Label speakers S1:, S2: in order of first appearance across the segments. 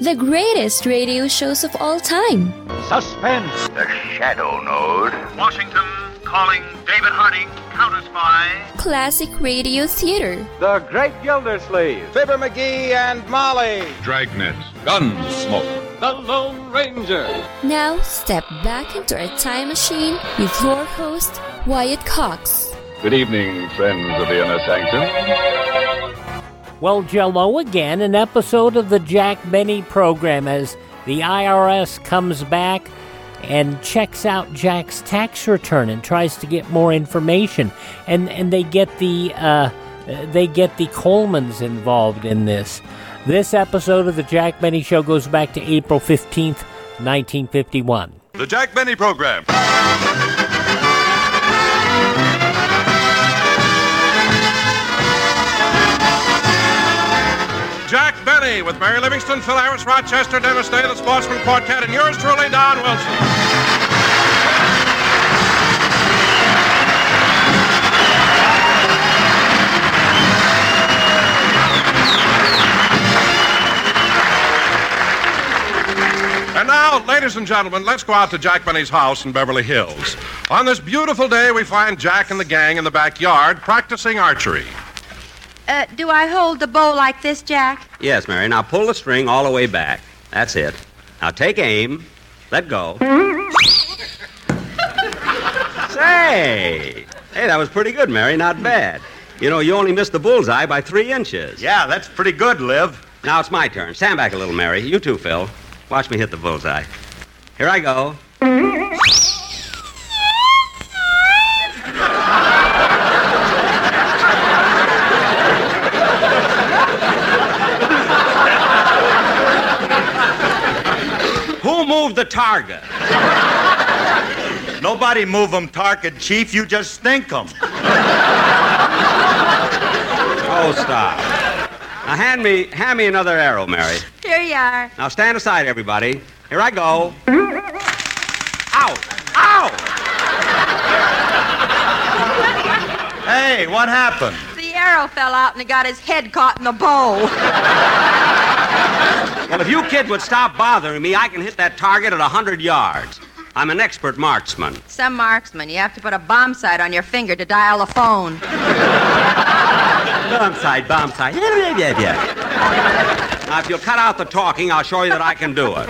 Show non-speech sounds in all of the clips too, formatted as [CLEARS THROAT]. S1: the greatest radio shows of all time.
S2: Suspense.
S3: The Shadow Node.
S4: Washington calling David Harding counter spy.
S1: Classic radio theater.
S2: The Great Gildersleeve. Fibber McGee and Molly.
S5: Dragnet, Gunsmoke,
S2: The Lone Ranger.
S1: Now, step back into a time machine with your host, Wyatt Cox.
S5: Good evening, friends of the Inner Sanctum.
S6: Well, Jello, again, an episode of the Jack Benny program as the IRS comes back and checks out Jack's tax return and tries to get more information. And and they get the uh, they get the Colemans involved in this. This episode of the Jack Benny Show goes back to April fifteenth, nineteen fifty-one.
S5: The Jack Benny Program.
S4: Jack Benny with Mary Livingston, Phil Harris, Rochester, Dennis Day, the Sportsman Quartet, and yours truly, Don Wilson. And now, ladies and gentlemen, let's go out to Jack Benny's house in Beverly Hills. On this beautiful day, we find Jack and the gang in the backyard practicing archery.
S7: Uh, do I hold the bow like this, Jack?
S3: Yes, Mary. Now pull the string all the way back. That's it. Now take aim. Let go. Say, hey, that was pretty good, Mary. Not bad. You know, you only missed the bullseye by three inches.
S4: Yeah, that's pretty good, Liv.
S3: Now it's my turn. Stand back a little, Mary. You too, Phil. Watch me hit the bullseye. Here I go. Who moved the target?
S4: Nobody move them, Target Chief. You just stink them.
S3: Oh, stop. Now hand me, hand me another arrow, Mary.
S7: Here you are.
S3: Now stand aside, everybody. Here I go. Ow! Ow!
S4: Hey, what happened?
S7: The arrow fell out and he got his head caught in the bow.
S3: [LAUGHS] Well, if you kid would stop bothering me, I can hit that target at a 100 yards. I'm an expert marksman.
S7: Some marksman, you have to put a bomb sight on your finger to dial a phone.
S3: Bomb side, bomb side. Yeah, yeah, yeah. Now, if you'll cut out the talking, I'll show you that I can do it.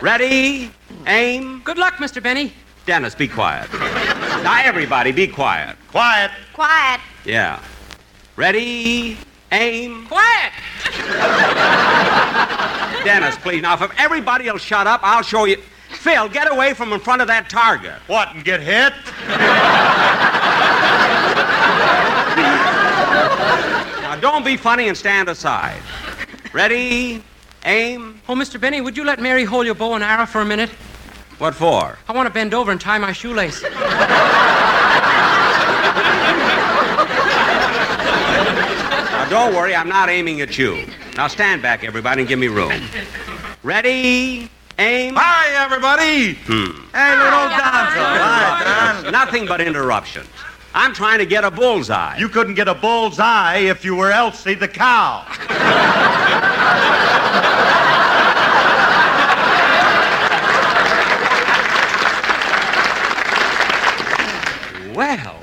S3: Ready? Aim.
S7: Good luck, Mr. Benny.
S3: Dennis, be quiet. Now, everybody, be quiet.
S4: Quiet.
S7: Quiet.
S3: Yeah. Ready? Aim.
S7: Quiet.
S3: Dennis, please. Now, if everybody will shut up, I'll show you. Phil, get away from in front of that target.
S4: What, and get hit?
S3: Now, don't be funny and stand aside. Ready? Aim.
S7: Oh, Mr. Benny, would you let Mary hold your bow and arrow for a minute?
S3: What for?
S7: I want to bend over and tie my shoelace.
S3: Now, don't worry, I'm not aiming at you. Now, stand back, everybody, and give me room. Ready? Aim. Hmm.
S4: Hi, everybody. Hey, little Donzo.
S3: Nothing but interruptions. I'm trying to get a bullseye.
S4: You couldn't get a bull's eye if you were Elsie the cow.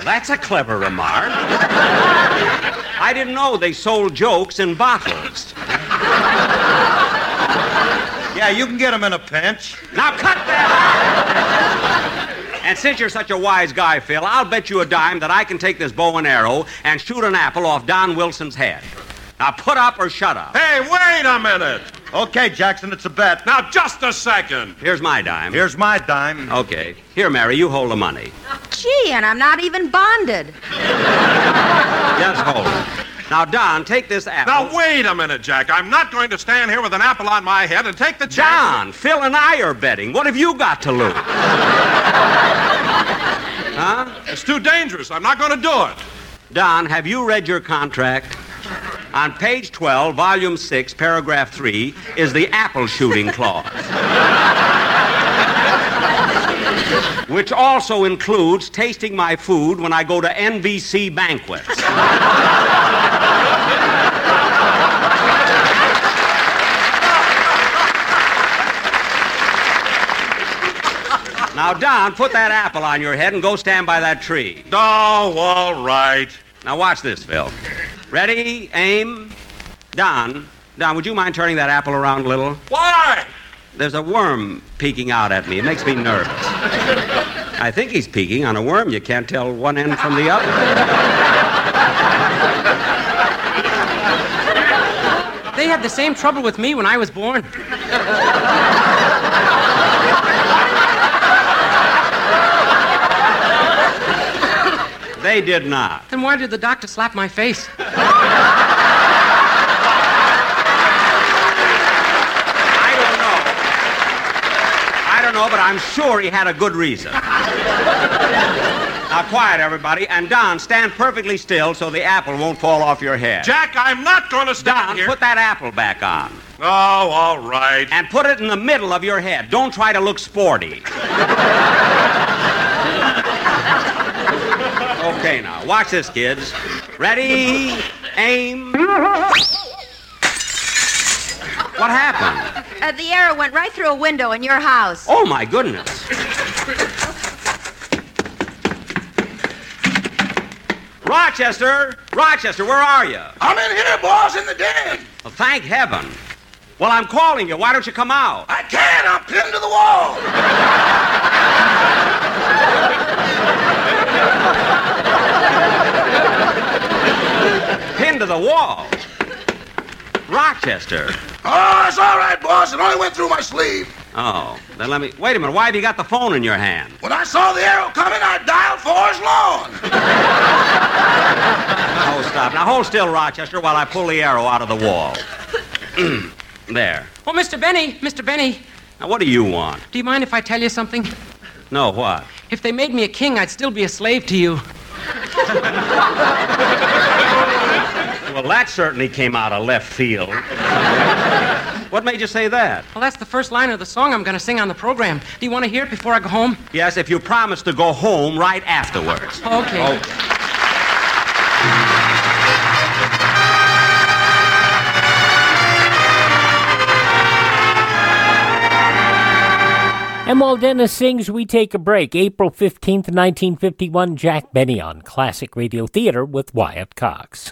S3: That's a clever remark. I didn't know they sold jokes in bottles. Yeah, you can get them in a pinch. Now cut that out! And since you're such a wise guy, Phil, I'll bet you a dime that I can take this bow and arrow and shoot an apple off Don Wilson's head. Now put up or shut up.
S8: Hey, wait a minute.
S9: Okay, Jackson, it's a bet.
S8: Now, just a second.
S3: Here's my dime.
S9: Here's my dime.
S3: Okay. Here, Mary, you hold the money.
S10: Gee, and I'm not even bonded.
S3: Just hold it. Now, Don, take this apple.
S8: Now, wait a minute, Jack. I'm not going to stand here with an apple on my head and take the chance.
S3: Don, Phil and I are betting. What have you got to lose? huh?
S8: It's too dangerous. I'm not going to do it.
S3: Don, have you read your contract? On page 12, volume 6, paragraph 3, is the apple shooting clause. which also includes tasting my food when I go to NBC banquets.
S8: [LAUGHS]
S3: now, Don, put that apple on your head and go stand by that tree.
S8: Oh, all right.
S3: Now, watch this, Phil. Ready, aim. Don, Don, would you mind turning that apple around a little?
S8: Why?
S3: There's a worm peeking out at me. It makes me nervous. I think he's peeking on a worm. You can't tell one end from the other.
S11: They had the same trouble with me when I was born.
S3: They did not.
S11: Then why did the doctor slap my face?
S3: I don't know, but I'm sure he had a good reason. now, quiet, everybody. And, Don, stand perfectly still so the apple won't fall off your head.
S8: Jack, I'm not going to stand
S3: Don,
S8: here.
S3: put that apple back on.
S8: Oh, all right.
S3: And put it in the middle of your head. Don't try to look sporty.
S8: [LAUGHS]
S3: okay, now, watch this, kids. Ready, aim. What happened?
S10: Uh, the arrow went right through a window in your house.
S3: Oh, my goodness. Rochester! Rochester, where are you?
S12: I'm in here, boss, in the den.
S3: Well, thank heaven. Well, I'm calling you. Why don't you come out?
S12: I can't. I'm pinned to the wall.
S3: pinned to the wall? Rochester.
S12: Oh, it's all right, boss. It only went through my sleeve.
S3: Oh, then let me. Wait a minute. Why have you got the phone in your hand?
S12: When I saw the arrow coming, I dialed Forest Lawn.
S3: oh, stop. Now hold still, Rochester, while I pull the arrow out of the wall. [CLEARS THROAT] there.
S11: Oh, Mr. Benny, Mr. Benny.
S3: Now, what do you want?
S11: Do you mind if I tell you something?
S3: No, what?
S11: If they made me a king, I'd still be a slave to you.
S3: Well, that certainly came out of left field. what made you say that?
S11: Well, that's the first line of the song I'm going to sing on the program. Do you want to hear it before I go home?
S3: Yes, if you promise to go home right afterwards.
S11: Okay. okay.
S6: And while Dennis sings, we take a break. April 15th, 1951, Jack Benny on Classic Radio Theater with Wyatt Cox.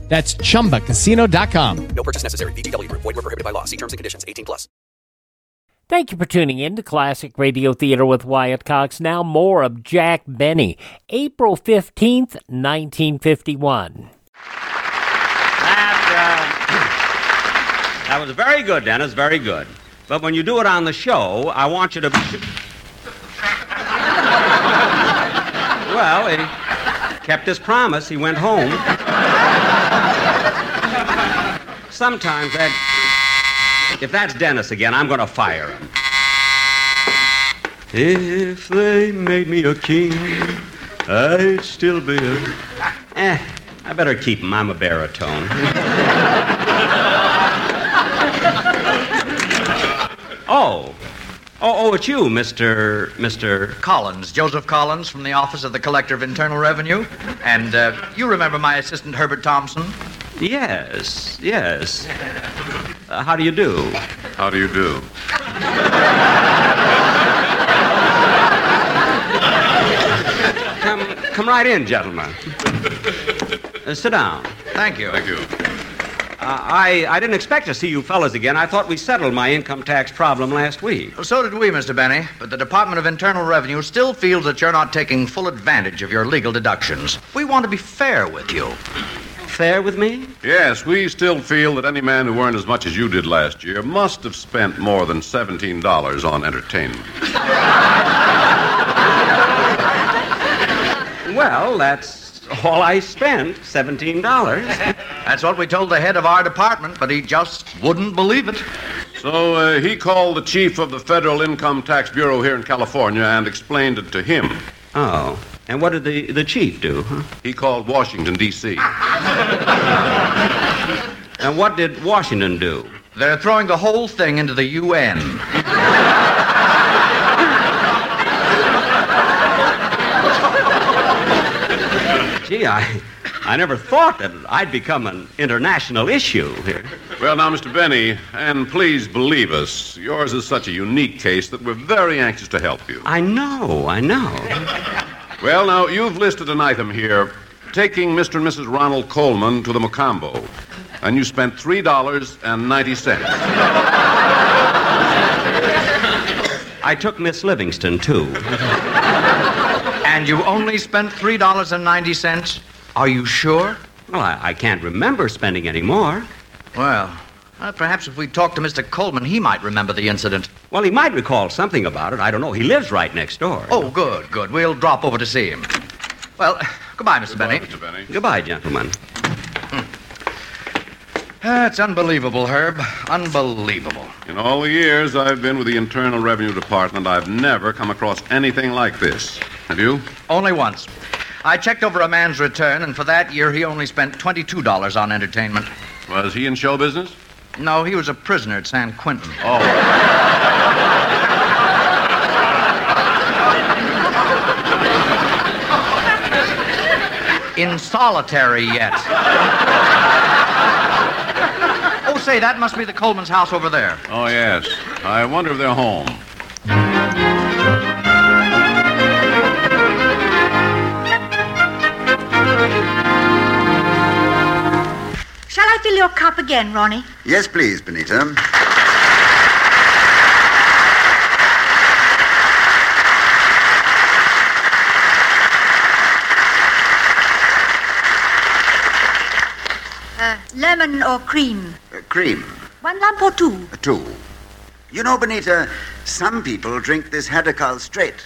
S13: That's chumbacasino.com.
S14: No purchase necessary. VGW Group. Void were prohibited by law. See terms and conditions. 18 plus.
S6: Thank you for tuning in to Classic Radio Theater with Wyatt Cox. Now, more of Jack Benny, April 15th, 1951.
S3: That was very good, Dennis, very good. But when you do it on the show, I want you to. Be su- well, he kept his promise. He went home. Sometimes that. If that's Dennis again, I'm going to fire him. If they made me a king, I'd still be a. Eh, I better keep him. I'm a baritone. Oh. Oh, oh, it's you, Mr. Mr.
S9: Collins, Joseph Collins from the Office of the Collector of Internal Revenue. And uh, you remember my assistant, Herbert Thompson?
S3: Yes, yes. Uh, how do you do? How do you do? come, come right in, gentlemen. Uh, sit down. Thank you. Thank you. I, I didn't expect to see you fellas again. I thought we settled my income tax problem last week.
S9: So did we, Mr. Benny. But the Department of Internal Revenue still feels that you're not taking full advantage of your legal deductions. We want to be fair with you.
S3: Fair with me?
S5: Yes, we still feel that any man who earned as much as you did last year must have spent more than $17 on entertainment.
S3: Well, that's all I spent $17.
S9: [LAUGHS] That's what we told the head of our department, but he just wouldn't believe it.
S5: So uh, he called the chief of the Federal Income Tax Bureau here in California and explained it to him.
S3: Oh. And what did the, the chief do?
S5: He called Washington, D.C.
S3: And what did Washington do?
S9: They're throwing the whole thing into the UN.
S3: Gee, I, I never thought that I'd become an international issue here.
S5: Well, now, Mr. Benny, and please believe us, yours is such a unique case that we're very anxious to help you.
S3: I know, I know.
S5: Well, now, you've listed an item here taking Mr. and Mrs. Ronald Coleman to the Macombo, and you spent $3.90.
S3: I took Miss Livingston, too.
S9: And you only spent $3.90? Are you sure?
S3: Well, I, I can't remember spending any more.
S9: Well, uh, perhaps if we talk to Mr. Coleman, he might remember the incident.
S3: Well, he might recall something about it. I don't know. He lives right next door.
S9: Oh, good, good. We'll drop over to see him. Well, goodbye, Mr. Benny. Mr. Benny.
S3: Goodbye, gentlemen.
S9: That's unbelievable, Herb. Unbelievable.
S5: In all the years I've been with the Internal Revenue Department, I've never come across anything like this. Have you?
S9: Only once. I checked over a man's return, and for that year he only spent $22 on entertainment.
S5: Was he in show business?
S9: No, he was a prisoner at San Quentin.
S5: Oh.
S9: In solitary yet. oh, say, that must be the Coleman's house over there.
S5: Oh, yes. I wonder if they're home.
S7: Shall I fill your cup again, Ronnie?
S15: Yes, please, Benita.
S7: Uh, lemon or cream?
S15: Uh, cream, uh,
S7: One lump or two?
S15: two. You know, Benita, some people drink this Hadakal straight.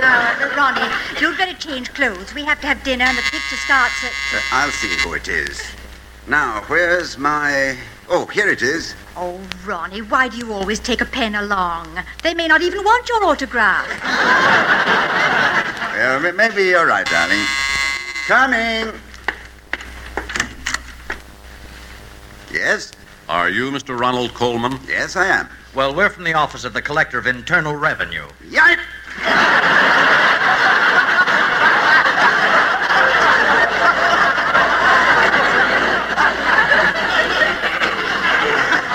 S7: No, Ronnie, you'd better change clothes. We have to have dinner and the picture starts at...
S15: Uh, I'll see who it is. Now, where's my. Oh, here it is.
S7: Oh, Ronnie, why do you always take a pen along? They may not even want your autograph.
S15: Uh, m- maybe you're right, darling. Coming.
S9: Yes?
S5: Are you Mr. Ronald Coleman?
S9: Yes, I am. Well, we're from the Office of the Collector of Internal Revenue.
S15: Yipe!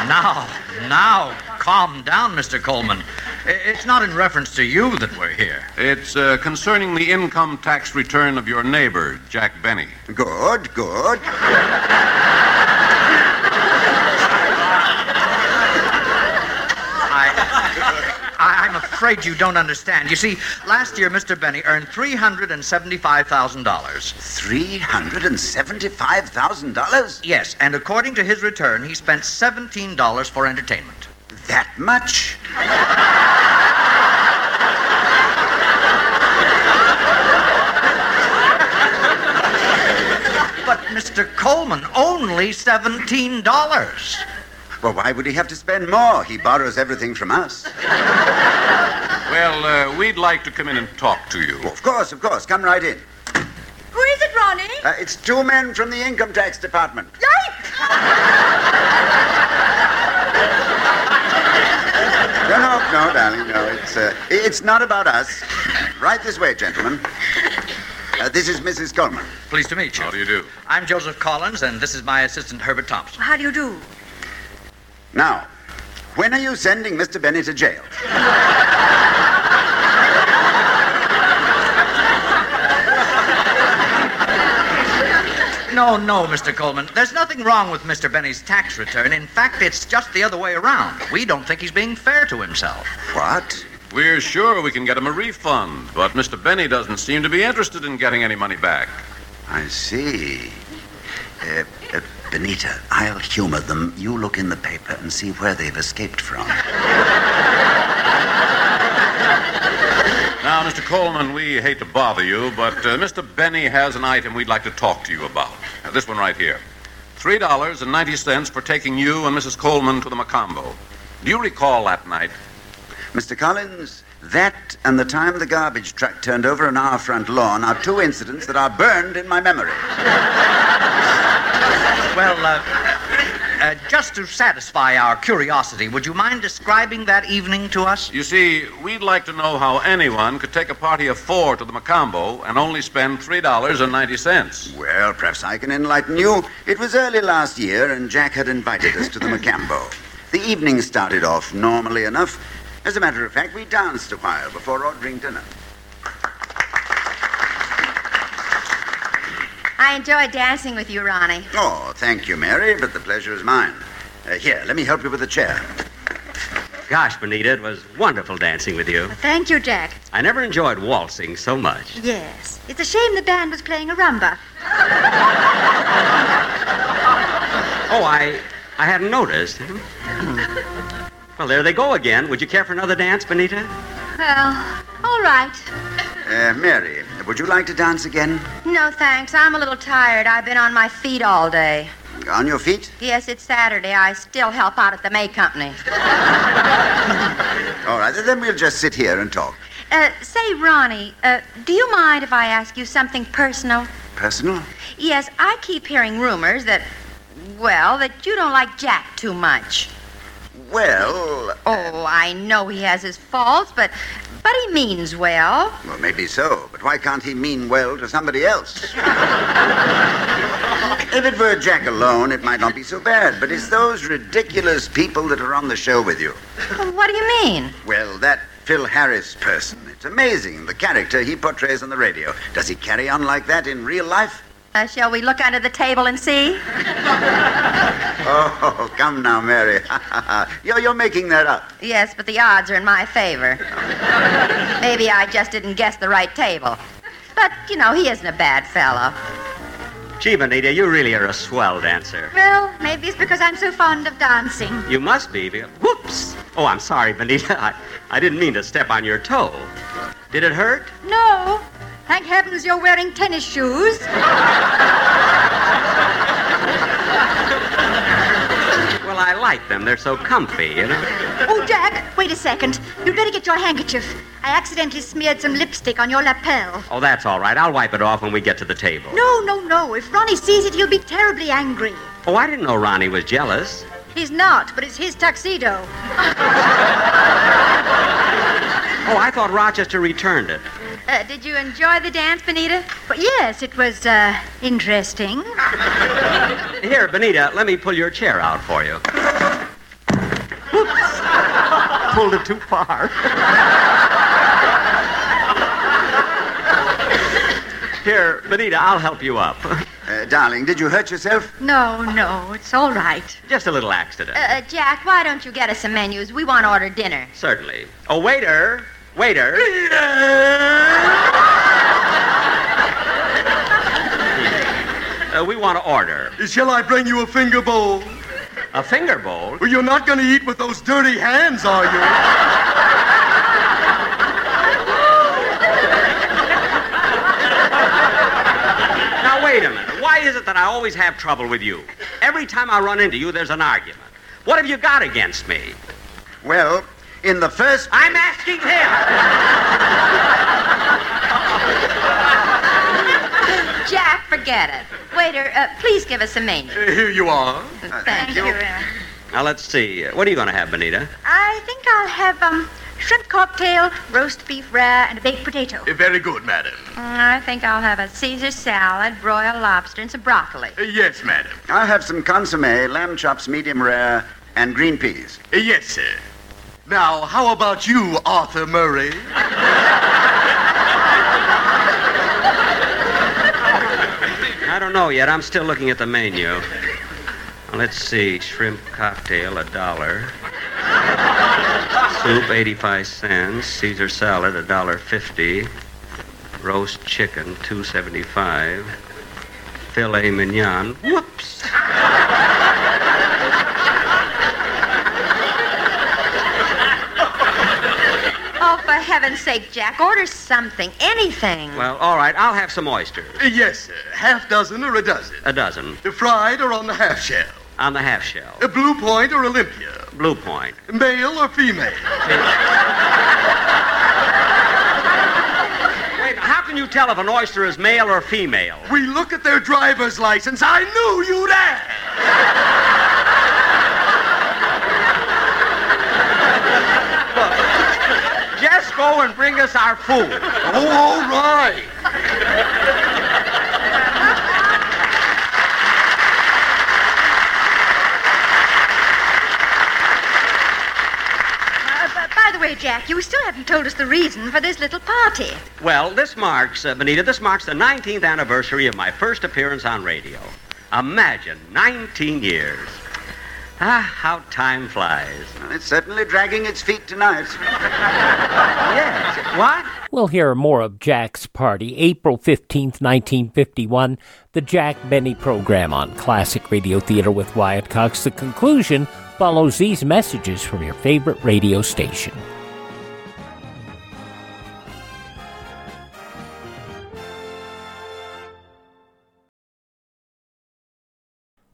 S9: Now, now, calm down, Mr. Coleman. I- It's not in reference to you that we're here.
S5: It's uh, concerning the income tax return of your neighbor, Jack Benny.
S15: Good, good.
S9: I, I'm afraid you don't understand. You see, last year Mr. Benny earned three hundred and seventy-five thousand dollars. Three hundred and seventy-five thousand dollars? Yes, and according to his return, he spent seventeen dollars for entertainment. That much? but Mr. Coleman, oh, only seventeen dollars.
S15: Well, why would he have to spend more? He borrows everything from us.
S5: Well, uh, we'd like to come in and talk to you.
S15: Of course, of course. Come right in.
S7: Who is it, Ronnie?
S15: Uh, it's two men from the income tax department. No, no, no, darling, no. It's uh, it's not about us. Right this way, gentlemen. Uh, this is Mrs. Coleman.
S9: Pleased to meet you. How do you do? I'm Joseph Collins, and this is my assistant, Herbert Thompson.
S7: How do you do?
S15: Now, when are you sending Mr. Benny to jail?
S9: No, no, Mr. Coleman. There's nothing wrong with Mr. Benny's tax return. In fact, it's just the other way around. We don't think he's being fair to himself.
S15: What?
S5: We're sure we can get him a refund, but Mr. Benny doesn't seem to be interested in getting any money back.
S15: I see. Uh, uh, Benita, I'll humor them. You look in the paper and see where they've escaped from.
S5: Now, Mr. Coleman, we hate to bother you, but uh, Mr. Benny has an item we'd like to talk to you about. Uh, this one right here. $3.90 for taking you and Mrs. Coleman to the Macombo. Do you recall that night?
S15: Mr. Collins, that and the time the garbage truck turned over on our front lawn are two incidents that are burned in my memory.
S9: Well, uh, uh, just to satisfy our curiosity, would you mind describing that evening to us?
S5: You see, we'd like to know how anyone could take a party of four to the Macombo and only spend $3.90.
S15: Well, perhaps I can enlighten you. It was early last year, and Jack had invited us to [LAUGHS] the Macambo. The evening started off normally enough. As a matter of fact, we danced a while before ordering dinner.
S7: I enjoyed dancing with you, Ronnie.
S15: Oh, thank you, Mary, but the pleasure is mine. Uh, here, let me help you with a chair.
S16: Gosh, Benita, it was wonderful dancing with you.
S7: Thank you, Jack.
S16: I never enjoyed waltzing so much.
S7: Yes. It's a shame the band was playing a rumba.
S16: Oh, I I hadn't noticed. Well, there they go again. Would you care for another dance, Benita?
S7: Well, all right.
S15: Uh, Mary, would you like to dance again?
S7: No, thanks. I'm a little tired. I've been on my feet all day.
S15: On your feet?
S7: Yes, it's Saturday. I still help out at the May Company.
S15: All right, then we'll just sit here and talk.
S7: Uh, say, Ronnie, uh, do you mind if I ask you something personal?
S15: Personal?
S7: Yes, I keep hearing rumors that, well, that you don't like Jack too much.
S15: Well,
S7: Oh, I know he has his faults, but but he means well.
S15: well, maybe so, but why can't he mean well to somebody else? if it were Jack alone, it might not be so bad, but it's those ridiculous people that are on the show with you.
S7: What do you mean?
S15: Well, that Phil Harris person. It's amazing the character he portrays on the radio. Does he carry on like that in real life?
S7: Uh, shall we look under the table and see?
S15: Oh, [LAUGHS] come now, Mary. you're, you're making that up.
S7: Yes, but the odds are in my favor. Maybe I just didn't guess the right table. But, you know, he isn't a bad fellow.
S16: Gee, Benita, you really are a swell dancer.
S7: Well, maybe it's because I'm so fond of dancing.
S16: You must be. because- Whoops! Oh, I'm sorry, Benita. [LAUGHS] I, I didn't mean to step on your toe. Did it hurt?
S7: No. Thank heavens you're wearing tennis shoes.
S16: Well, I like
S3: like them. They're so comfy, you know.
S7: Oh, Jack, wait a second. You'd better get your handkerchief. I accidentally smeared some lipstick on your lapel.
S3: Oh, that's all right. I'll wipe it off when we get to the table.
S7: No, no, no. If Ronnie sees it, he'll be terribly angry.
S3: Oh, I didn't know Ronnie was jealous.
S7: He's not, but it's his tuxedo.
S3: Oh, I thought Rochester returned it.
S7: Uh, did you enjoy the dance, Benita? Well, yes, it was uh, interesting.
S3: Here, Benita, let me pull your chair out for you. [LAUGHS] Pulled it too far. Here, Benita, I'll help you up.
S15: Uh, darling, did you hurt yourself?
S7: No, no, it's all right.
S3: Just a little accident.
S7: Uh, Jack, why don't you get us some menus? We want to order dinner.
S3: Certainly. Oh, waiter, [LAUGHS] waiter. Uh, we want to order.
S17: Shall I bring you a finger bowl?
S3: A finger bowl?
S17: Well, you're not going to eat with those dirty hands, are you?
S3: Now, wait a minute. Why is it that I always have trouble with you? Every time I run into you, there's an argument. What have you got against me?
S15: Well, in the first.
S3: I'm asking him.
S7: Jack, forget it. Waiter, uh, please give us some menu.
S17: [LAUGHS] Here you are.
S7: Thank, you.
S3: Now, let's see. What are you going to have, Benita?
S7: I think I'll have um, shrimp cocktail, roast beef rare, and a baked potato.
S17: Uh, Very good, madam.
S7: Mm, I think I'll have a Caesar salad, broiled lobster, and some broccoli.
S17: Uh, Yes, madam.
S15: I'll have some consomme, lamb chops, medium rare, and green peas.
S17: Uh, Yes, sir. Now, how about you, Arthur Murray?
S3: I don't know yet. I'm still looking at the menu. Now, Let's see. Shrimp cocktail, a dollar. Soup, 85 cents. Caesar salad, a dollar fifty. Roast chicken, two seventy-five. Filet mignon. Whoops.
S7: Oh, for heaven's sake, Jack, order something, [LAUGHS] anything.
S3: Well, all right. I'll have some oysters.
S17: Uh, Yes, sir. Half dozen or a dozen.
S3: A dozen.
S17: Uh, Fried or on the half shell.
S3: On the half shell.
S17: A Blue Point or Olympia.
S3: Blue point.
S17: Male or female?
S3: Wait, how can you tell if an oyster is male or female?
S17: We look at their driver's license. I knew you'd ask.
S3: Just go and bring us our food.
S17: Oh, all right.
S7: Uh, b- by the way, Jack, you still haven't told us the reason for this little party.
S3: Well, this marks, uh, Benita, this marks the 19th anniversary of my first appearance on radio. Imagine, 19 years. Ah, how time flies.
S15: It's certainly dragging its feet tonight.
S3: [LAUGHS] yes. What?
S6: We'll hear more of Jack's party April 15th, 1951, the Jack Benny program on Classic Radio Theater with Wyatt Cox. The conclusion follows these messages from your favorite radio station.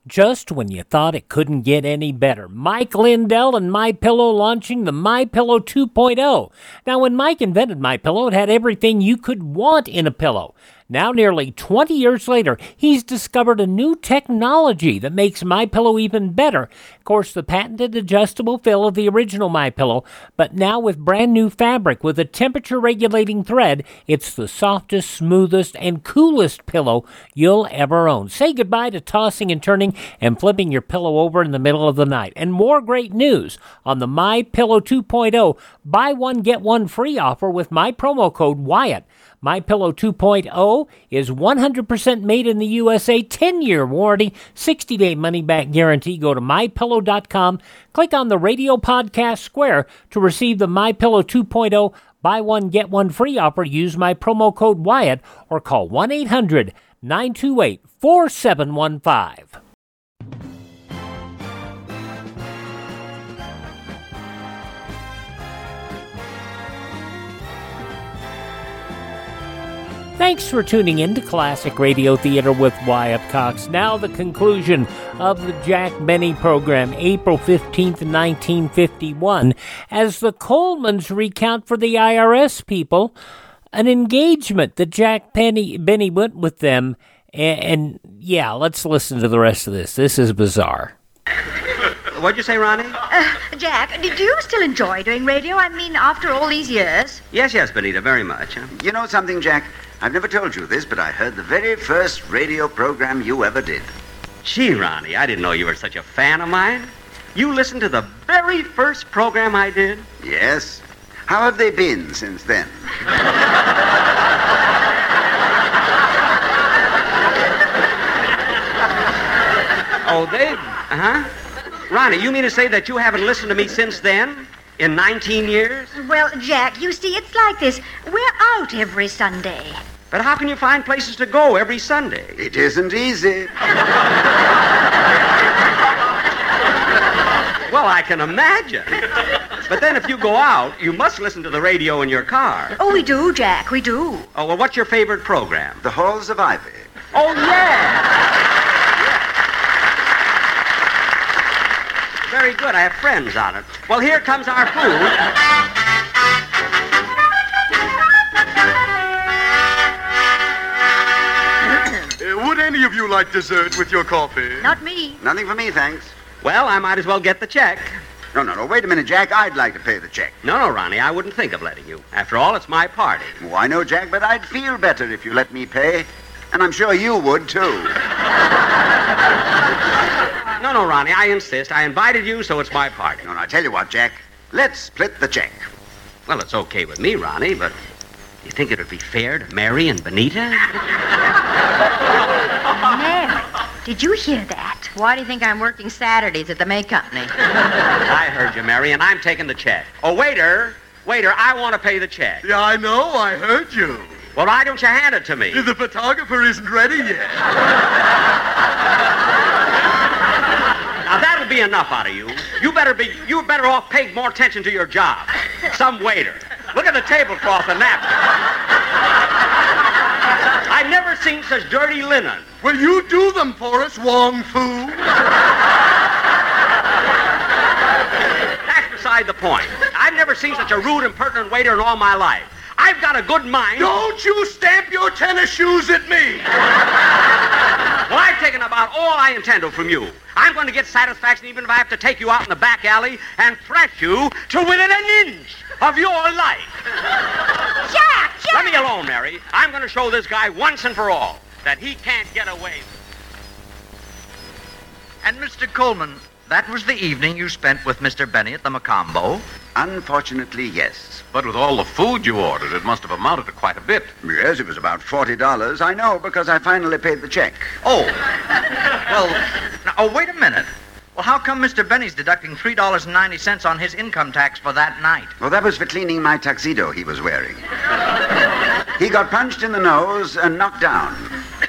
S6: Just when you thought it couldn't get any better, Mike Lindell and My Pillow launching the My Pillow 2.0. Now, when Mike invented My Pillow, it had everything you could want in a pillow. Now, nearly 20 years later, he's discovered a new technology that makes My Pillow even better. Of course, the patented adjustable fill of the original My Pillow, but now with brand new fabric with a temperature regulating thread, it's the softest, smoothest, and coolest pillow you'll ever own. Say goodbye to tossing and turning and flipping your pillow over in the middle of the night. And more great news on the My Pillow 2.0 buy one get one free offer with my promo code Wyatt. My Pillow 2.0 is 100% made in the USA, 10-year warranty, 60-day money-back guarantee. Go to mypillow.com, click on the radio podcast square to receive the My Pillow 2.0 buy one get one free offer. Use my promo code Wyatt or call 1-800-928-4715. Thanks for tuning in to Classic Radio Theater with Wyatt Cox. Now, the conclusion of the Jack Benny program, April 15th, 1951, as the Colemans recount for the IRS people an engagement that Jack Penny, Benny went with them. And, and yeah, let's listen to the rest of this. This is bizarre.
S3: What'd you say, Ronnie?
S18: Uh, Jack, do do you still enjoy doing radio? I mean, after all these years.
S3: Yes, yes, Benita, very much.
S15: You know something, Jack? I've never told you this, but I heard the very first radio program you ever did.
S3: Gee, Ronnie, I didn't know you were such a fan of mine. You listened to the very first program I did?
S15: Yes. How have they been since then?
S3: Oh, they. Huh? Ronnie, you mean to say that you haven't listened to me since then? In 19 years?
S18: Well, Jack, you see, it's like this. We're out every Sunday.
S3: But how can you find places to go every Sunday?
S15: It isn't easy.
S3: Well, I can imagine. But then if you go out, you must listen to the radio in your car.
S18: Oh, we do, Jack, we do.
S3: Oh, well, what's your favorite program?
S15: The Halls of Ivy.
S3: Oh, yeah. Very good. I have friends on it. Well, here comes our food.
S19: Uh, would any of you like dessert with your coffee?
S18: Not me.
S15: Nothing for me, thanks.
S3: Well, I might as well get the check.
S15: No, no, no. Wait a minute, Jack. I'd like to pay the check.
S3: No, no, Ronnie, I wouldn't think of letting you. After all, it's my party.
S15: Oh, I know, Jack, but I'd feel better if you let me pay. And I'm sure you would, too.
S3: No, no, Ronnie, I insist. I invited you, so it's my party.
S15: No, no, I tell you what, Jack. Let's split the check.
S3: Well, it's okay with me, Ronnie, but do you think it would be fair to Mary and Benita?
S18: Mary, did you hear that? Why do you think I'm working Saturdays at the May Company?
S3: I heard you, Mary, and I'm taking the check. Oh, waiter, waiter, I want to pay the check.
S19: Yeah, I know. I heard you.
S3: Well, why don't you hand it to me?
S19: The photographer isn't ready yet.
S3: Now that'll be enough out of you. You better be you better off paying more attention to your job. Some waiter. Look at the tablecloth and napkin. I've never seen such dirty linen.
S19: Will you do them for us, Wong Fu?
S3: That's beside the point. I've never seen such a rude, impertinent waiter in all my life. I've got a good mind.
S19: Don't you stamp your tennis shoes at me.
S3: Well, I've taken about all I intend to from you. I'm going to get satisfaction even if I have to take you out in the back alley and thrash you to within an inch of your life.
S18: Jack, Jack!
S3: Let me alone, Mary. I'm going to show this guy once and for all that he can't get away with.
S9: And Mr. Coleman, that was the evening you spent with Mr. Benny at the Macombo.
S15: Unfortunately, yes.
S20: But with all the food you ordered, it must have amounted to quite a bit.
S15: Yes, it was about $40. I know because I finally paid the check.
S9: Oh. Well, now, oh, wait a minute. Well, how come Mr. Benny's deducting $3.90 on his income tax for that night?
S15: Well, that was for cleaning my tuxedo he was wearing. he got punched in the nose and knocked down.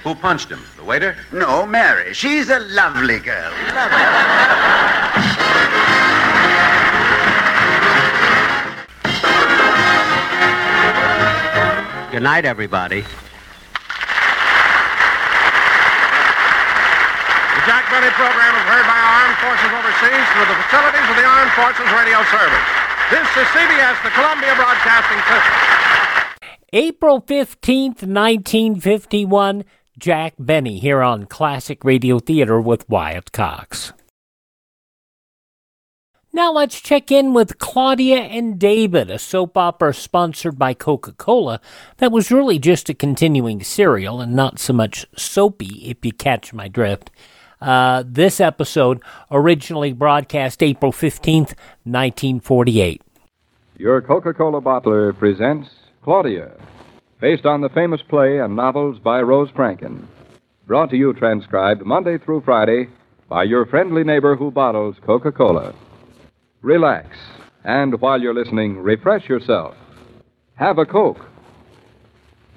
S20: Who punched him? The waiter?
S15: No, Mary. She's a lovely girl.
S3: Good night, everybody.
S4: The Jack Benny program is heard by our armed forces overseas through the facilities of the Armed Forces Radio Service. This is CBS, the Columbia Broadcasting System.
S6: April 15th, 1951, Jack Benny here on Classic Radio Theater with Wyatt Cox. Now let's check in with Claudia and David, a soap opera sponsored by Coca Cola that was really just a continuing serial and not so much soapy, if you catch my drift. Uh, this episode originally broadcast April 15th, 1948.
S2: Your Coca Cola bottler presents Claudia, based on the famous play and novels by Rose Franken. Brought to you, transcribed Monday through Friday by your friendly neighbor who bottles Coca Cola. Relax, and while you're listening, refresh yourself. Have a Coke.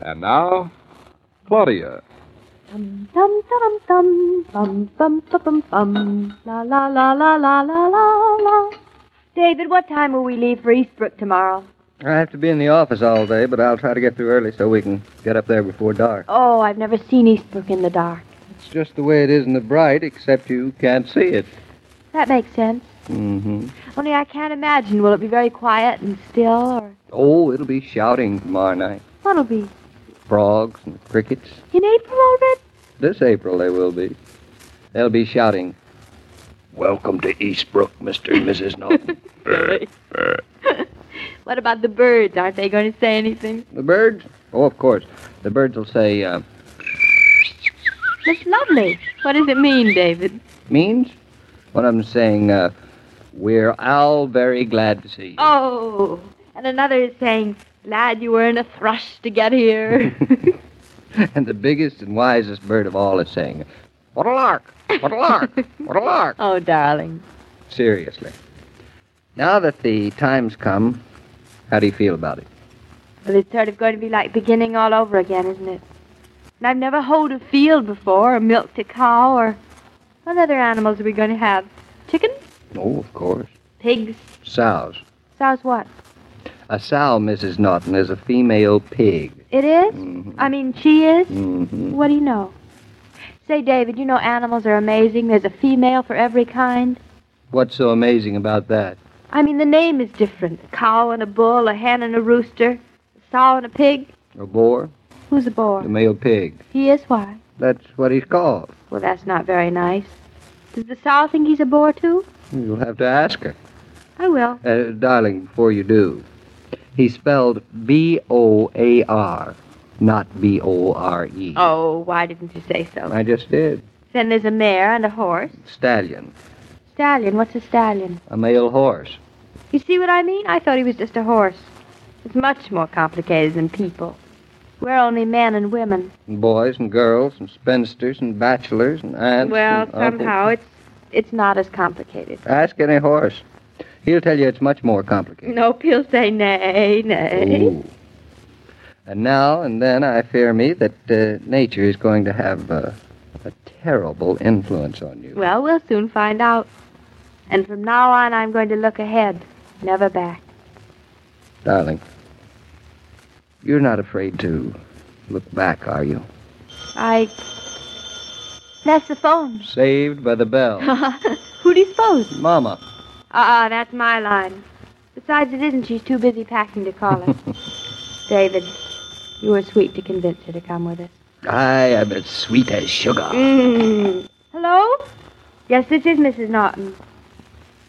S2: And now, Claudia.
S8: Dum dum dum dum bum bum bum bum bum la la la la la la la la. David, what time will we leave for Eastbrook tomorrow?
S10: I have to be in the office all day, but I'll try to get through early so we can get up there before dark.
S8: Oh, I've never seen Eastbrook in the dark.
S10: It's just the way it is in the bright, except you can't see it.
S8: That makes sense.
S10: Mm-hmm.
S8: Only I can't imagine. Will it be very quiet and still, or
S10: Oh, it'll be shouting tomorrow night.
S8: what'll be?
S10: Frogs and crickets.
S8: In April already?
S10: This April they will be. They'll be shouting. Welcome to Eastbrook, Mr. and Mrs. [LAUGHS] Norton.
S8: What about the birds? Aren't they going to say anything?
S10: the birds? Oh, of course. The birds will say, uh,
S8: That's lovely. What does it mean, David?
S10: means? One of them saying, uh, we're all very glad to see you.
S8: Oh, and another is saying, "Glad you weren't a thrush to get here." [LAUGHS]
S10: [LAUGHS] and the biggest and wisest bird of all is saying, What a lark! What a lark! What a lark!
S8: [LAUGHS] Oh, darling.
S10: seriously. Now that the time's come, how do you feel about it?
S8: Well, it's sort of going to be like beginning all over again, isn't it? And I've never hoed a field before, or milked a cow, or what other animals are we going to have? Chickens?
S10: Oh, of course.
S8: Pigs?
S10: Sows.
S8: Sows what?
S10: A sow, Mrs. Norton, is a female pig.
S8: It is? I mean, she is?
S10: Mm-hmm.
S8: What do you know? Say, David, you know animals are amazing. There's a female for every kind.
S10: What's so amazing about that?
S8: I mean, the name is different. A cow and a bull, a hen and a rooster, a sow and a pig.
S10: A boar?
S8: Who's a boar?
S10: A male pig.
S8: He is why?
S10: That's what he's called.
S8: Well, that's not very nice. Does the sow think he's a boar, too?
S10: You'll have to ask her.
S8: I will.
S10: Uh, darling, before you do, he spelled B O A R, not B O R E.
S8: Oh, why didn't you say so?
S10: I just did.
S8: Then there's a mare and a horse.
S10: Stallion,
S8: Stallion, what's a stallion?
S10: a male horse.
S8: You see what I mean? I thought he was just a horse. It's much more complicated than people. We're only men and women.
S10: And boys and girls and spinsters and bachelors and aunts.
S8: well,
S10: and uncles.
S8: somehow it's it's not as complicated.
S10: Ask any horse. He'll tell you it's much more complicated.
S8: Nope, he'll say nay, nay.
S10: Ooh. And now and then I fear me that uh, nature is going to have uh, a terrible influence on you.
S8: Well, we'll soon find out. And from now on, I'm going to look ahead, never back.
S10: Darling, you're not afraid to look back, are you?
S8: I. That's the phone.
S10: Saved by the bell.
S8: [LAUGHS] Who do you suppose?
S10: Mama.
S8: Ah, that's my line. Besides, it isn't. She's too busy packing to call us. David, you were sweet to convince her to come with us.
S10: I am as sweet as sugar.
S8: Mm. Hello? Yes, this is Mrs. Norton.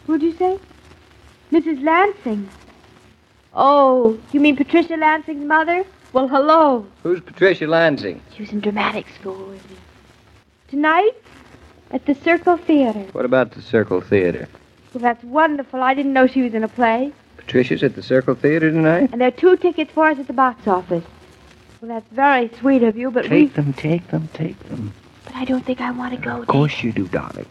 S8: Who'd you say? Mrs. Lansing. Oh, you mean Patricia Lansing's mother? Well, hello.
S10: Who's Patricia Lansing?
S8: She was in dramatic school with me. Tonight? At the Circle Theater.
S10: What about the Circle Theater?
S8: Well, that's wonderful. I didn't know she was in a play.
S10: Patricia's at the Circle Theater tonight?
S8: And there are two tickets for us at the box office. Well, that's very sweet of you, but we.
S10: Take them, take them, take them.
S8: But I don't think I want to go.
S10: Of course you do, darling.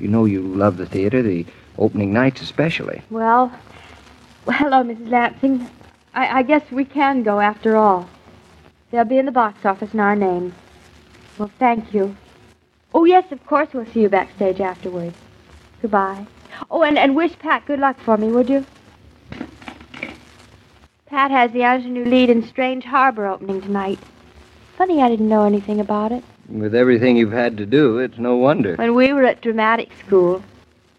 S10: You know you love the theater, the opening nights especially.
S8: Well, well, hello, Mrs. Lansing. I, I guess we can go after all. They'll be in the box office in our name. Well, thank you. Oh, yes, of course we'll see you backstage afterwards. Goodbye. Oh, and, and wish Pat good luck for me, would you? Pat has the ingenue lead in Strange Harbor opening tonight. Funny I didn't know anything about it.
S10: With everything you've had to do, it's no wonder.
S8: When we were at dramatic school,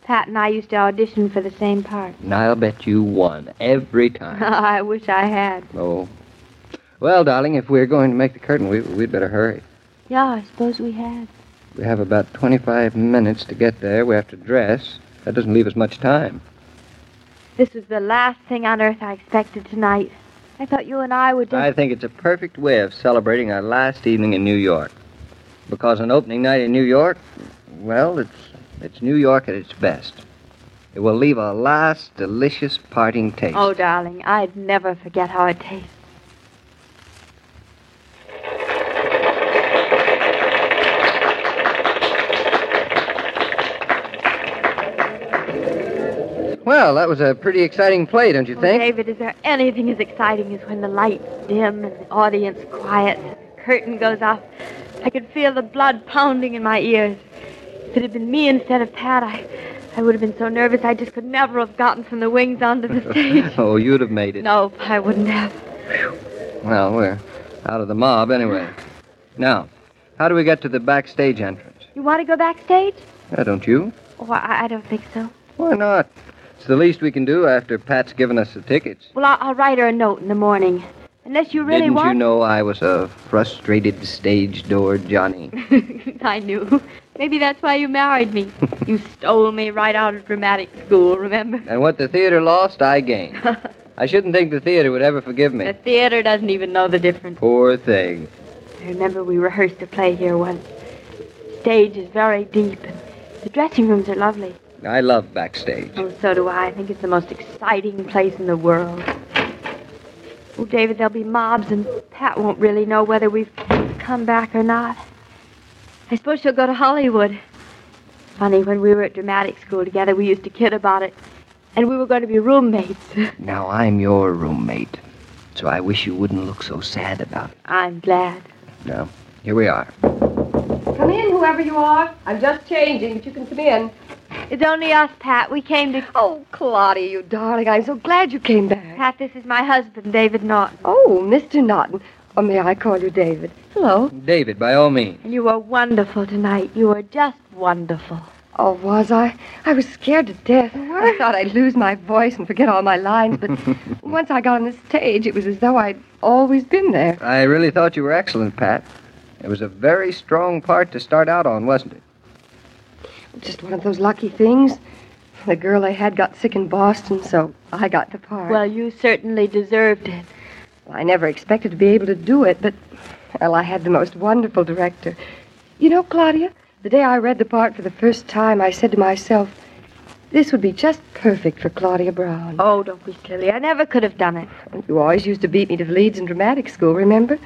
S8: Pat and I used to audition for the same part.
S10: And I'll bet you won every time. [LAUGHS]
S8: [LAUGHS] I wish I had.
S10: oh. Well, darling, if we're going to make the curtain, we, we'd better hurry.
S8: Yeah, I suppose we had.
S10: We have about 25 minutes to get there. We have to dress. That doesn't leave us much time.
S8: This was the last thing on earth I expected tonight. I thought you and I would just.
S10: I think it's a perfect way of celebrating our last evening in New York. Because an opening night in New York, well, it's, it's New York at its best. It will leave a last delicious parting taste.
S8: Oh, darling, I'd never forget how it tastes.
S10: Well, that was a pretty exciting play, don't you
S8: Oh,
S10: think?
S8: David, is there anything as exciting as when the lights dim and the audience quiet, the curtain goes off? I could feel the blood pounding in my ears. If it had been me instead of Pat, I, I would have been so nervous I just could never have gotten from the wings
S10: [LAUGHS]
S8: onto the stage.
S10: Oh, you'd have made it.
S8: Nope, I wouldn't have.
S10: Well, we're out of the mob anyway. Now, how do we get to the backstage entrance?
S8: You want to go backstage?
S10: Uh, don't you?
S8: Oh, I, I don't think so.
S10: Why not? It's the least we can do after Pat's given us the tickets.
S8: Well, I'll, I'll write her a note in the morning. Unless you really
S10: Didn't
S8: want.
S10: you know I was a frustrated stage door Johnny?
S8: [LAUGHS] I knew. Maybe that's why you married
S10: [LAUGHS]
S8: me. you stole me right out of dramatic school, remember?
S10: And what the theater lost, I
S8: [LAUGHS]
S10: gained. I shouldn't think the theater would ever forgive me.
S8: The theater doesn't even know the difference.
S10: Poor thing.
S8: I remember we rehearsed a play here once. Stage is very deep, and the dressing rooms are lovely.
S10: I love backstage.
S8: Oh, so do I. I think it's the most exciting place in the world. Oh, David, there'll be mobs, and Pat won't really know whether we've come back or not. I suppose she'll go to Hollywood. Funny, when we were at dramatic school together, we used to kid about it, and we were going to be roommates. [LAUGHS]
S10: Now I'm your roommate, so I wish you wouldn't look so sad about it.
S8: I'm glad.
S10: Now, here we are.
S8: Come in, whoever you are. I'm just changing, but you can come in. It's only us, Pat. We came to. Oh, Claudia, you darling. I'm so glad you came back. Pat, this is my husband, David Norton.
S11: Oh, Mr. Norton. Or may I call you David? Hello.
S10: David, by all means.
S8: And you were wonderful tonight. You were just wonderful.
S11: Oh, was I? I was scared to death. I thought I'd lose my voice and forget all my lines,
S8: [LAUGHS]
S11: but once I got on the stage, it was as though I'd always been there.
S10: I really thought you were excellent, Pat. It was a very strong part to start out on, wasn't it? [LAUGHS]
S11: Just one of those lucky things. The girl I had got sick in Boston, so I got the part.
S8: Well, you certainly deserved it.
S11: I never expected to be able to do it, but, well, I had the most wonderful director. You know, Claudia, the day I read the part for the first time, I said to myself, this would be just perfect for Claudia Brown.
S8: Oh, don't be silly. I never could have done it.
S11: You always used to beat me to the leads in dramatic school, remember?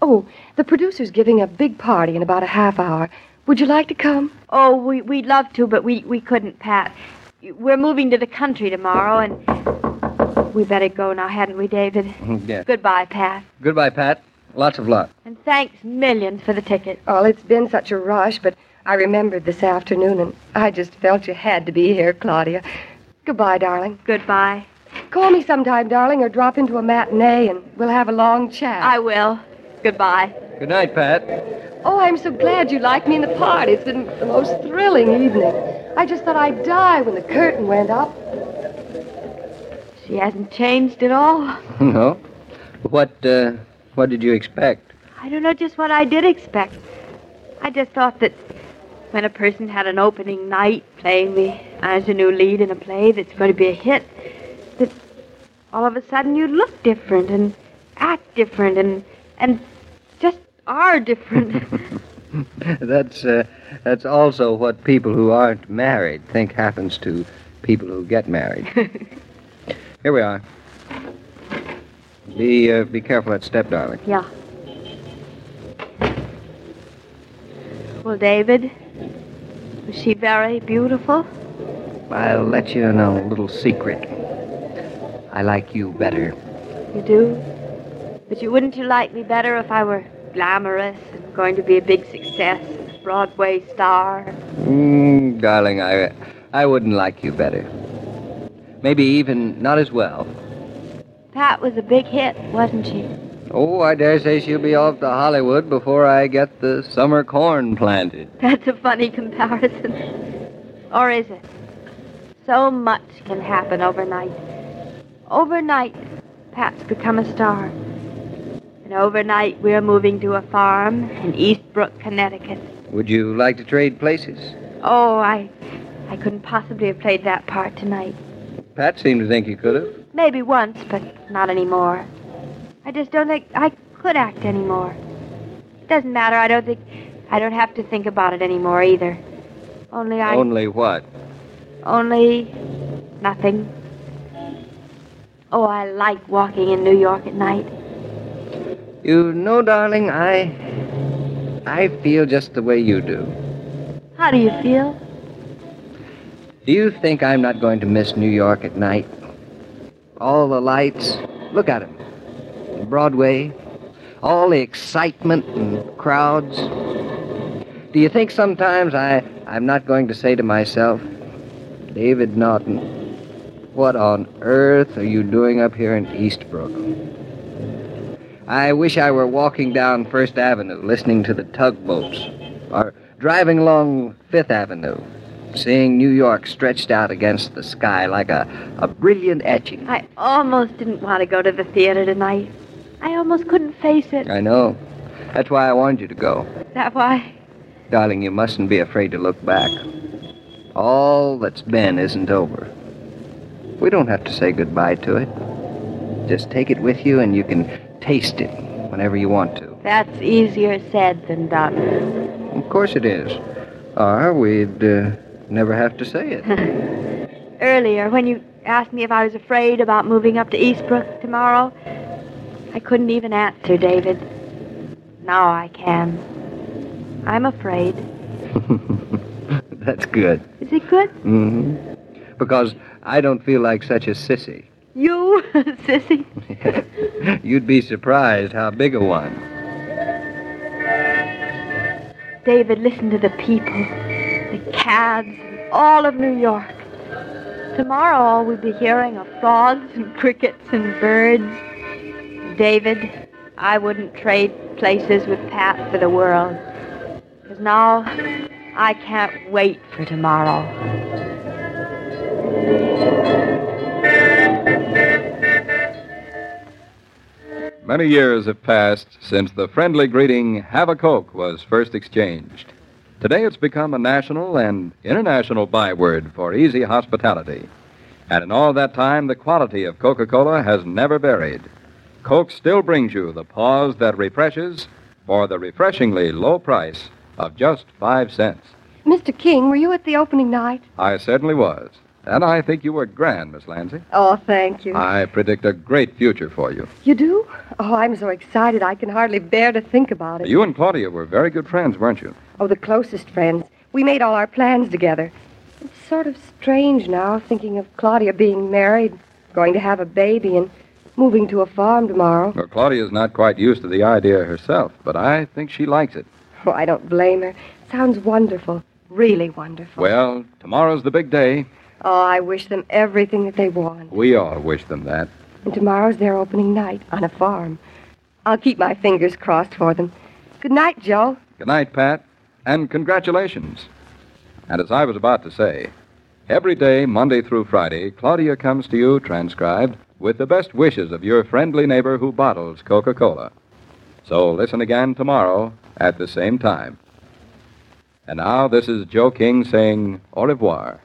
S11: Oh, the producer's giving a big party in about a half hour. Would you like to come?
S8: Oh, we, we'd love to, but we, we couldn't, Pat. We're moving to the country tomorrow, and we better go now, hadn't we, David?
S10: yeah.
S8: Goodbye, Pat.
S10: Goodbye, Pat. Lots of luck.
S8: And thanks millions for the ticket.
S11: Well, it's been such a rush, but I remembered this afternoon, and I just felt you had to be here, Claudia. Goodbye, darling.
S8: Goodbye.
S11: Call me sometime, darling, or drop into a matinee, and we'll have a long chat.
S8: I will. Goodbye.
S10: Good night, Pat. [LAUGHS]
S11: Oh, I'm so glad you liked me in the part. It's been the most thrilling evening. I just thought I'd die when the curtain went up.
S8: She hasn't changed at all.
S10: no. What, uh, what did you expect?
S8: I don't know just what I did expect. I just thought that when a person had an opening night playing the ingenue lead in a play that's going to be a hit, that all of a sudden you look different and act different and and just are different. [LAUGHS]
S10: that's, uh, that's also what people who aren't married think happens to people who get married. Here we are. Be, uh, be careful that step, darling.
S8: yeah. Well, David, was she very beautiful?
S10: I'll let you in a little secret. I like you better.
S8: You do? But you wouldn't you like me better if I were glamorous and going to be a big success, a Broadway star?
S10: Mm, darling, I, I wouldn't like you better. Maybe even not as well.
S8: Pat was a big hit, wasn't she?
S10: Oh, I dare say she'll be off to Hollywood before I get the summer corn planted.
S8: That's a funny comparison. Or is it? So much can happen overnight. Overnight, Pat's become a star. And overnight, we're moving to a farm in Eastbrook, Connecticut.
S10: Would you like to trade places?
S8: Oh, I, I couldn't possibly have played that part tonight.
S10: Pat seemed to think you could have.
S8: Maybe once, but not anymore. I just don't think I could act anymore. It doesn't matter. I don't think I don't have to think about it anymore either. Only I
S10: Only what?
S8: only nothing. Oh, I like walking in New York at night.
S10: You know, darling, I. I feel just the way you do.
S8: How do you feel?
S10: Do you think I'm not going to miss New York at night? All the lights. Look at 'em. Broadway. All the excitement and crowds. Do you think sometimes I, I'm not going to say to myself, David Norton, what on earth are you doing up here in Eastbrook? I wish I were walking down First Avenue listening to the tugboats, or driving along Fifth Avenue, seeing New York stretched out against the sky like a, a brilliant etching.
S8: I almost didn't want to go to the theater tonight. I almost couldn't face it.
S10: I know. That's why I wanted you to go.
S8: That why?
S10: Darling, you mustn't be afraid to look back. All that's been isn't over. We don't have to say goodbye to it. Just take it with you and you can taste it whenever you want to.
S8: That's easier said than done.
S10: Of course it is. Or we'd uh, never have to say it.
S8: [LAUGHS] Earlier, when you asked me if I was afraid about moving up to Eastbrook tomorrow, I couldn't even answer, David. Now I can. I'm afraid.
S10: [LAUGHS] That's good.
S8: Is it good?
S10: hmm Because I don't feel like such a sissy.
S8: You, [LAUGHS] sissy?
S10: You'd be surprised how big a one.
S8: David, listen to the people, the cabs, all of New York. Tomorrow, all we'll be hearing are frogs and crickets and birds. David, I wouldn't trade places with Pat for the world. Because now, I can't wait for tomorrow.
S2: Many years have passed since the friendly greeting, Have a Coke, was first exchanged. Today it's become a national and international byword for easy hospitality. And in all that time, the quality of Coca Cola has never varied. Coke still brings you the pause that refreshes for the refreshingly low price of just five cents.
S11: Mr. King, were you at the opening night?
S2: I certainly was. And I think you were grand, Miss Lansing.
S11: Oh, thank you.
S2: I predict a great future for you.
S11: You do? Oh, I'm so excited I can hardly bear to think about it.
S2: You and Claudia were very good friends, weren't you?
S11: Oh, the closest friends. We made all our plans together. It's sort of strange now, thinking of Claudia being married, going to have a baby, and moving to a farm tomorrow.
S2: Well, Claudia's not quite used to the idea herself, but I think she likes it.
S11: Oh, I don't blame her. Sounds wonderful. Really wonderful.
S2: Well, tomorrow's the big day.
S11: Oh, I wish them everything that they want.
S2: We all wish them that.
S11: And tomorrow's their opening night on a farm. I'll keep my fingers crossed for them. Good night, Joe.
S2: Good night, Pat, and congratulations. And as I was about to say, every day, Monday through Friday, Claudia comes to you, transcribed, with the best wishes of your friendly neighbor who bottles Coca Cola. So listen again tomorrow at the same time. And now this is Joe King saying au revoir.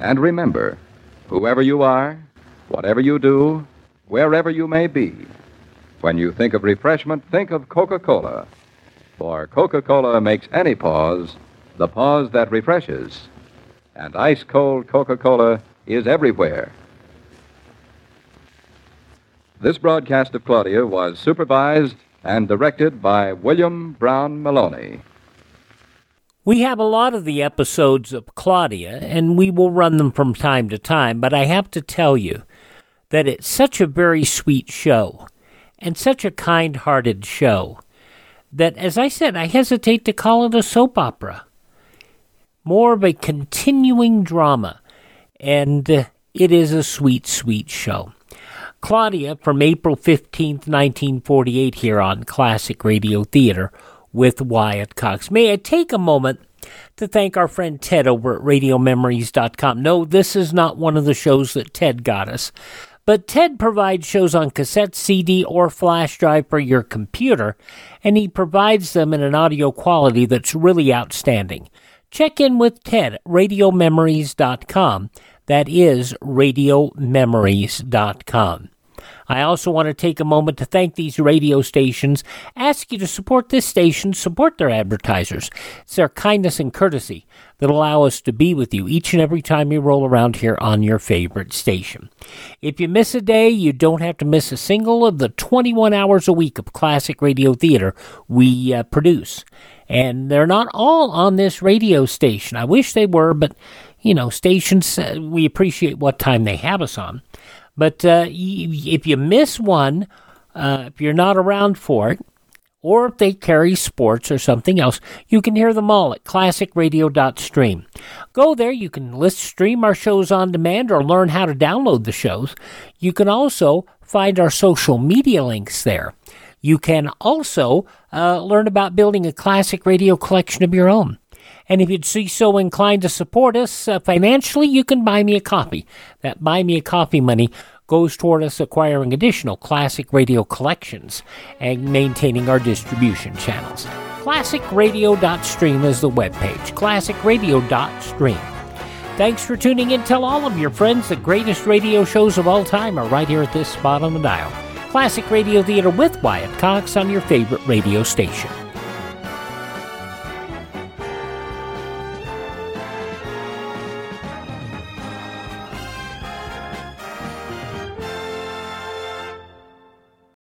S2: And remember, whoever you are, whatever you do, wherever you may be, when you think of refreshment, think of Coca Cola. For Coca Cola makes any pause the pause that refreshes. And ice cold Coca Cola is everywhere. This broadcast of Claudia was supervised and directed by William Brown Maloney.
S6: We have a lot of the episodes of Claudia, and we will run them from time to time, but I have to tell you that it's such a very sweet show and such a kind hearted show that, as I said, I hesitate to call it a soap opera. More of a continuing drama, and uh, it is a sweet, sweet show. Claudia from April 15th, 1948, here on Classic Radio Theater with Wyatt Cox. May I take a moment to thank our friend Ted over at RadioMemories.com? No, this is not one of the shows that Ted got us, but Ted provides shows on cassette, CD, or flash drive for your computer, and he provides them in an audio quality that's really outstanding. Check in with Ted at RadioMemories.com. That is RadioMemories.com. I also want to take a moment to thank these radio stations, ask you to support this station, support their advertisers. It's their kindness and courtesy that allow us to be with you each and every time you roll around here on your favorite station. If you miss a day, you don't have to miss a single of the 21 hours a week of classic radio theater we uh, produce. And they're not all on this radio station. I wish they were, but you know, stations, uh, we appreciate what time they have us on. But uh, y- if you miss one, uh, if you're not around for it, or if they carry sports or something else, you can hear them all at classicradio.stream. Go there, you can list stream our shows on demand or learn how to download the shows. You can also find our social media links there. You can also uh, learn about building a classic radio collection of your own. And if you'd see so inclined to support us uh, financially, you can buy me a copy. That buy me a copy money goes toward us acquiring additional classic radio collections and maintaining our distribution channels. ClassicRadio.stream is the webpage. ClassicRadio.stream. Thanks for tuning in. Tell all of your friends the greatest radio shows of all time are right here at this spot on the dial. Classic Radio Theater with Wyatt Cox on your favorite radio station.